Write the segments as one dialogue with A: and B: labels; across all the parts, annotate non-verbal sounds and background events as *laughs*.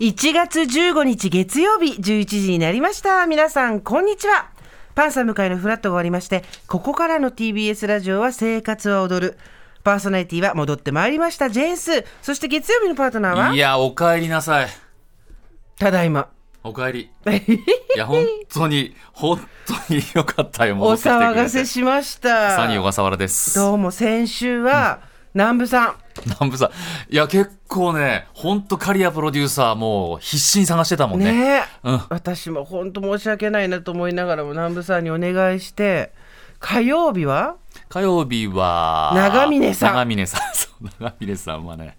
A: 1月15日月曜日11時になりました。皆さん、こんにちは。パンサム会のフラットが終わりまして、ここからの TBS ラジオは生活は踊る。パーソナリティは戻ってまいりました。ジェーンスー。そして月曜日のパートナー
B: い
A: は、
B: や、お帰りなさい。
A: ただいま。
B: *laughs* お帰り。いや、本当に、本当によかったよ。
A: お
B: 戻ってきてくれて
A: 騒がせしました。
B: サニー小笠原です。
A: どうも先週は、南部さん。
B: 南部さん。いや、結構ね、本当カリアプロデューサーもう必死に探してたもんね。
A: ね
B: うん
A: 私も本当申し訳ないなと思いながらも南部さんにお願いして火曜日は
B: 火曜日は、
A: 長峰さん
B: 長峰さん。 *laughs* そう、長峰さんはね、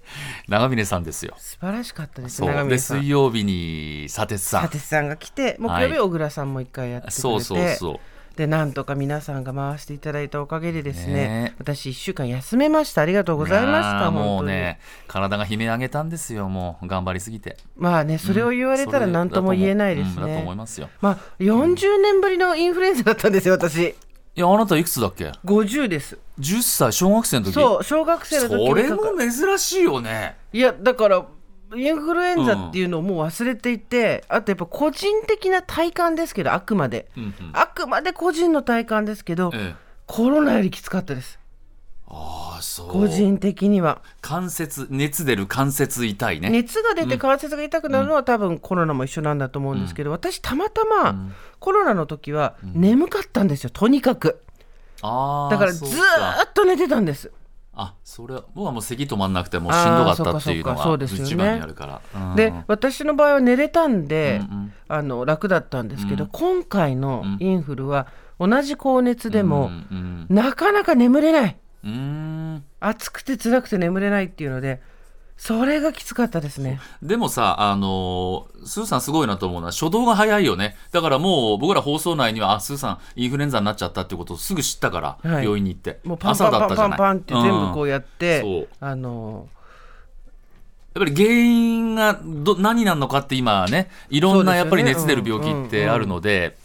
B: 長峰さんですよ。
A: 素晴らしかったです
B: そ
A: 長
B: う。
A: 峰
B: で、
A: さん
B: 水曜日に、砂鉄さん。
A: 立さんが来て木曜
B: はい
A: 日小倉さんも一回やってくれて、
B: そうそうそう。
A: でなんとか皆さんが回していただいたおかげでですね
B: ね
A: 私1週間休めましたありがとうございまし
B: や
A: た
B: ーも
A: 本
B: う
A: 当に
B: ね、体が悲鳴上げたんですよ、もう。頑張りすぎて。
A: まあねそれを言われたら
B: うん
A: 何とも言えないです
B: それだと思ううんだと思い
A: ね
B: ますよ。
A: まあ40年ぶりのインフルエンザだったんですよ私
B: いや、あなたいくつだっけ
A: 50です
B: 10歳小学生の時
A: そう小学生の時に
B: そ
A: か
B: れ
A: か
B: も珍しいよね
A: いやだからインフルエンザっていうのをもう忘れていて、あとやっぱ個人的な体感ですけどあくまで、
B: うんうん
A: あくまで個人の体感ですけど、
B: ええ
A: コロナよりきつかったです
B: ああそう
A: 個人的には
B: 関節熱出る関節痛いね
A: 熱が出て関節が痛くなるのは多分コロナも一緒なんだと思うんですけど、私たまたまコロナの時は眠かったんですよとにかく
B: ああ
A: だからず
B: そう
A: ーっと寝てたんです
B: あそれは僕はもう咳止まんなくてもうしんどかったっていうの
A: あーそうかそ
B: が
A: うかそうですよね
B: 一番にあるから、うん
A: で私の場合は寝れたんで、
B: うんうん
A: あの楽だったんですけど、
B: うん
A: 今回のインフルは同じ高熱で
B: う
A: も、
B: ん
A: なかなか眠れない
B: うんうん
A: 暑くて辛くて眠れないっていうのでそれがきつかったですね
B: でもさ、あのースーさんすごいなと思うのは、初動が早いよね。だからもう、僕ら放送内には、あ、スーさん、インフルエンザになっちゃったってことをすぐ知ったから、
A: はい
B: 病院に行って。
A: もうパンパンパンパンパンって全部こう
B: やっ
A: やって、
B: うんそう
A: あの
B: ぱり原因がど何なのかって今ね、いろんなやっぱり
A: そうです
B: 熱
A: よね
B: 出る病気っ
A: うんうん
B: て
A: うん
B: あるので、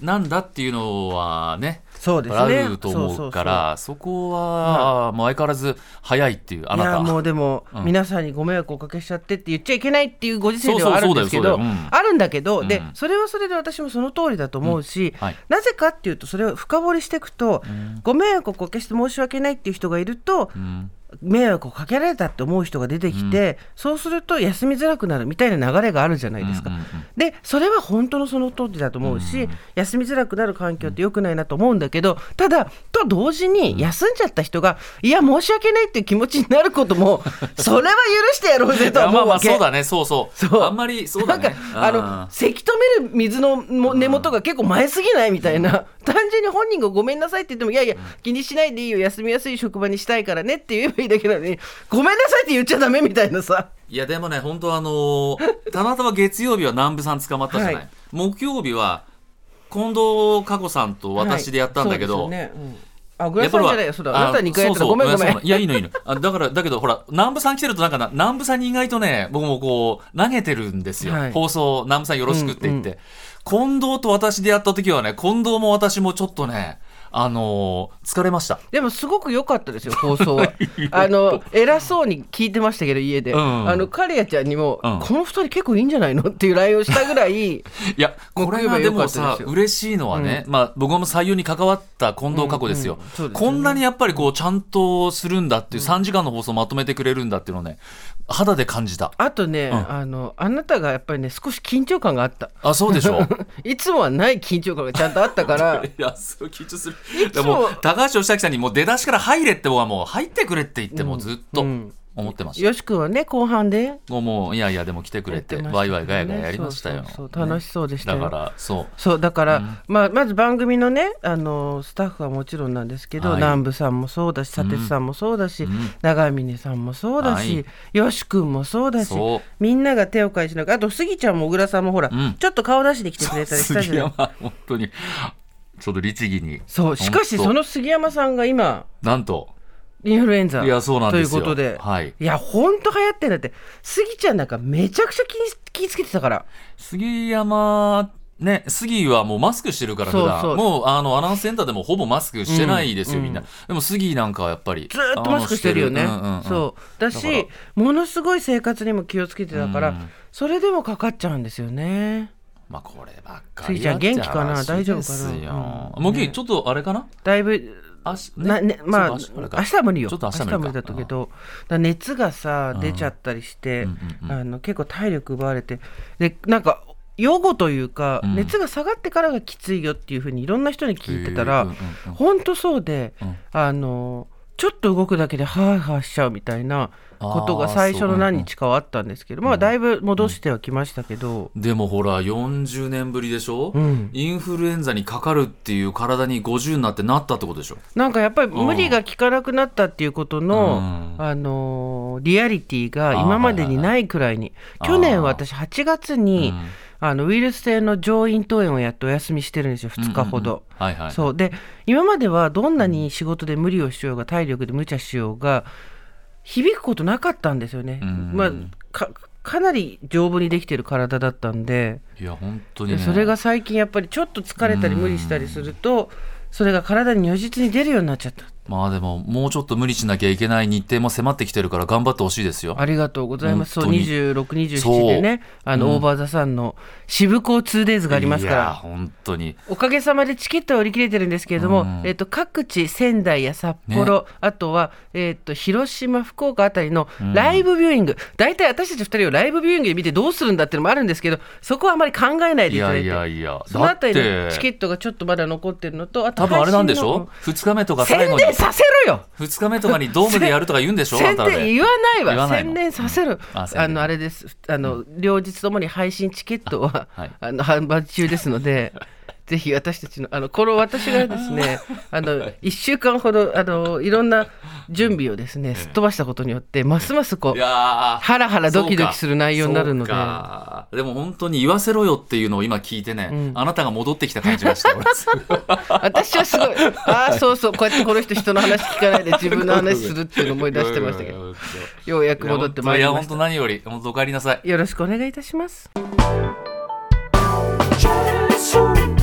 B: なんだっていうのはね、
A: そうですね
B: あると思うから、そこは、もう相変わらず早いっていう、あ
A: い
B: な
A: や
B: た。
A: もうでも、
B: うん
A: 皆さんにご迷惑をおかけしちゃってって言っちゃいけないっていうご時世ではあるんですけ
B: そ
A: ど
B: うそうそうだよそうだよ
A: あるんだけど、で
B: うん
A: それはそれで私もその通りだと思うし、
B: うんはい
A: なぜかっていうとそれを深掘りしていくと、ご迷惑をおかけして申し訳ないっていう人がいると、
B: うん
A: 迷惑をかけられたって思う人が出てきて、そうすると休みづらくなるみたいな流れがあるじゃないですか。
B: うんうんうん
A: でそれは本当のその通りだと思うし、休みづらくなる環境って良くないなと思うんだけどただと同時に休んじゃった人がいや申し訳ないっていう気持ちになること
B: *laughs*
A: もそれは許してやろうぜ
B: い
A: と
B: やま
A: 思
B: あ
A: う
B: まあ
A: わけ。
B: そうだねそうそう
A: そう
B: あんまりそうだ
A: な
B: ね
A: んかあ
B: うん
A: のせき止める水のも根元が結構前すぎないみたいな、単純に本人がごめんなさいって言ってもいやいや気にしないでいいよ休みやすい職場にしたいからねって言えばいいだけなのにごめんなさいって言っちゃダメみたいなさ
B: いやでもね、本当あのーたまたま月曜日は南部さん捕まったじゃない。
A: はい
B: 木曜日は近藤佳子さんと私でやったんだけど、
A: はいそうですよねうんあ小倉さんじゃないよそうだあなた2回やったらごめんごめん
B: いやいいのいいのあだからだけどほら南部さん来てるとなんかな南部さんに意外とね僕もこう投げてるんですよ、
A: はい
B: 放送南部さんよろしくって言って、近藤と私でやった時はね近藤も私もちょっとねあのー疲れました
A: でもすごく良かったです
B: *laughs*
A: よ放送はあの偉そうに聞いてましたけど家で、
B: うん
A: あのカリアちゃんにも、
B: うん
A: この2人結構いいんじゃないのっていう LINE をしたぐら
B: *laughs*
A: い
B: いや、これがで
A: 木曜日は良か
B: もさ、
A: ったですよ
B: 嬉しいのはね、まあ、僕も採用に関わった近藤佳子ですよ。
A: うんうんそうですよね
B: こんなにやっぱりこう、ちゃんとするんだっていう、3時間の放送まとめてくれるんだっていうのをね、肌で感じた。
A: あとね、
B: ん
A: あのあなたがやっぱりね少し緊張感があった
B: あ、そうでしょ
A: いつもはない緊張感がちゃんとあったから
B: *laughs* いや、すごい緊張する。
A: つも
B: でも、高橋義明さんにもう出だしから入れって僕はもう、入ってくれって言って、もうずっと
A: ん
B: 思ってました。
A: よし君はね後半で
B: もうもう、いやいや、でも来てくれて、
A: やってましたね
B: ワイワイガヤガヤやりましたよ。
A: そうそうそう楽しそうでしたよ、
B: だから、そう。
A: そうだから、まあ、まず番組のねあのスタッフはもちろんなんですけど、
B: はい
A: 南部さんもそうだし佐哲さんもそうだし、長峰さんもそうだし、
B: は
A: よし君もそうだし
B: そう
A: みんなが手を返しながらあとスギちゃんも小倉さんもほら、
B: ん
A: ちょっと顔出しで来てくれたりしたじ
B: 杉
A: ゃない
B: 山、本当に、ちょっと律儀に。
A: そうしかし
B: 本当
A: その杉山さんが今
B: なんと、
A: インフルエンザ
B: いやそうなんですよ
A: ということで、
B: はい
A: やほんと流行ってんだってスギちゃんなんかめちゃくちゃ気に気ぃつけてたから
B: 杉山ね、杉はもうマスクしてるから普段
A: そうそう
B: もうあのアナウンスセンターでもほぼマスクしてないですよ、みんなでも杉なんかはやっぱり
A: ずーっとマスクしてるよね、
B: あのうんうんうん
A: そうだし
B: だか
A: ものすごい生活にも気をつけてたから、
B: うん
A: それでもかかっちゃうんですよね
B: まあこればっか
A: 杉
B: り
A: ちゃん元気かな
B: やっちゃ
A: 大丈夫かな
B: 話ですよ
A: うん
B: もう元気
A: ね
B: ちょっとあれかな
A: だいぶ
B: 足ね
A: なね、まあ明
B: そう
A: 日
B: か足あれか
A: は無理よ
B: ちょっと明日は無理か
A: は無理だったけど、だから熱がさ
B: うん
A: 出ちゃったりして、
B: うんうんうん
A: あの結構体力奪われてでなんか予後というか、
B: うん
A: 熱が下がってからがきついよっていうふうにいろんな人に聞いてた
B: へーう
A: ら
B: んうんうん
A: 本当そうで、
B: うん
A: あのちょっと動くだけでハーハーしちゃうみたいなことが最初の何日かはあったんですけどまあだいぶ戻してはきましたけど、
B: でもほら40年ぶりでしょ、
A: うん
B: インフルエンザにかかるっていう体に50になってなったってことでしょ
A: なんかやっぱり無理が効かなくなったっていうこと
B: う
A: の
B: ん、
A: あのーリアリティが
B: あー
A: 今までにないくらいに
B: はいはい
A: 去年は
B: あー
A: 私8月に、あのウイルス性の上咽頭炎をやってお休みしてるんですよ2日ほど。
B: うんうんうんはいはい
A: そうで今まではどんなに仕事で無理をしようが体力で無茶しようが響くことなかったんですよね、
B: うん
A: まあ、かかなり丈夫にできてる体だったんで
B: いや本当に、
A: で
B: ね、
A: それが最近やっぱりちょっと疲れたり無理したりするとそれが体に如実に出るようになっちゃった
B: まあでももうちょっと無理しなきゃいけない日程も迫ってきてるから頑張ってほしいですよ
A: ありがとうございます。そう、
B: 本当に
A: 26、27
B: そう
A: でね、あの、
B: うん
A: オーバーザさんの渋港 2days がありますか
B: いや
A: ら。
B: 本当に
A: おかげさまでチケットは売り切れてるんですけれども、
B: うん
A: えっと、各地、仙台や札幌、あとは、えっと、広島、福岡あたりのライブビューイング、大体私たち2人をライブビューイングで見てどうするんだっていうのもあるんですけど、そこはあまり考えないで
B: い
A: いただ
B: や
A: い
B: いや
A: て、
B: いや
A: その
B: だ
A: あ
B: った
A: りの
B: て
A: チケットがちょっとまだ残ってるのと、あと
B: 多分あれなんでしょ
A: 配
B: 2日目とか
A: 信の
B: 最
A: 宣
B: 後に
A: 伝させろよ
B: 2日目とかにドームでやるとか言うんでしょあ
A: 宣
B: んたら
A: 伝
B: で
A: 言わないわ
B: 言わないの
A: 宣伝させる、
B: あ
A: あ
B: 宣伝
A: のあれですあの、両日ともに配信チケットは
B: あ
A: あ、
B: はい
A: の販売中ですのでぜひ私たちのあのこれを私がですねあの1週間ほどあのいろんな準備をですねすっ飛ばしたことによってますますこ
B: いうやー
A: ハラハラドキドキする内容になるので
B: そうかでも本当に言わせろよっていうのを今聞いてね、
A: うん
B: あなたが戻ってきた感じがして俺
A: 私はすごいああそうそうこうやってこの人人の話聞かないで自分の話するっていうのを *laughs* 思い出してま
B: *laughs*
A: したけど
B: ど
A: ようやく戻ってまいり
B: いや
A: ま
B: 本
A: し
B: 当
A: た
B: 何より本当お帰りなさい
A: よろしくお願いいたします
C: Generation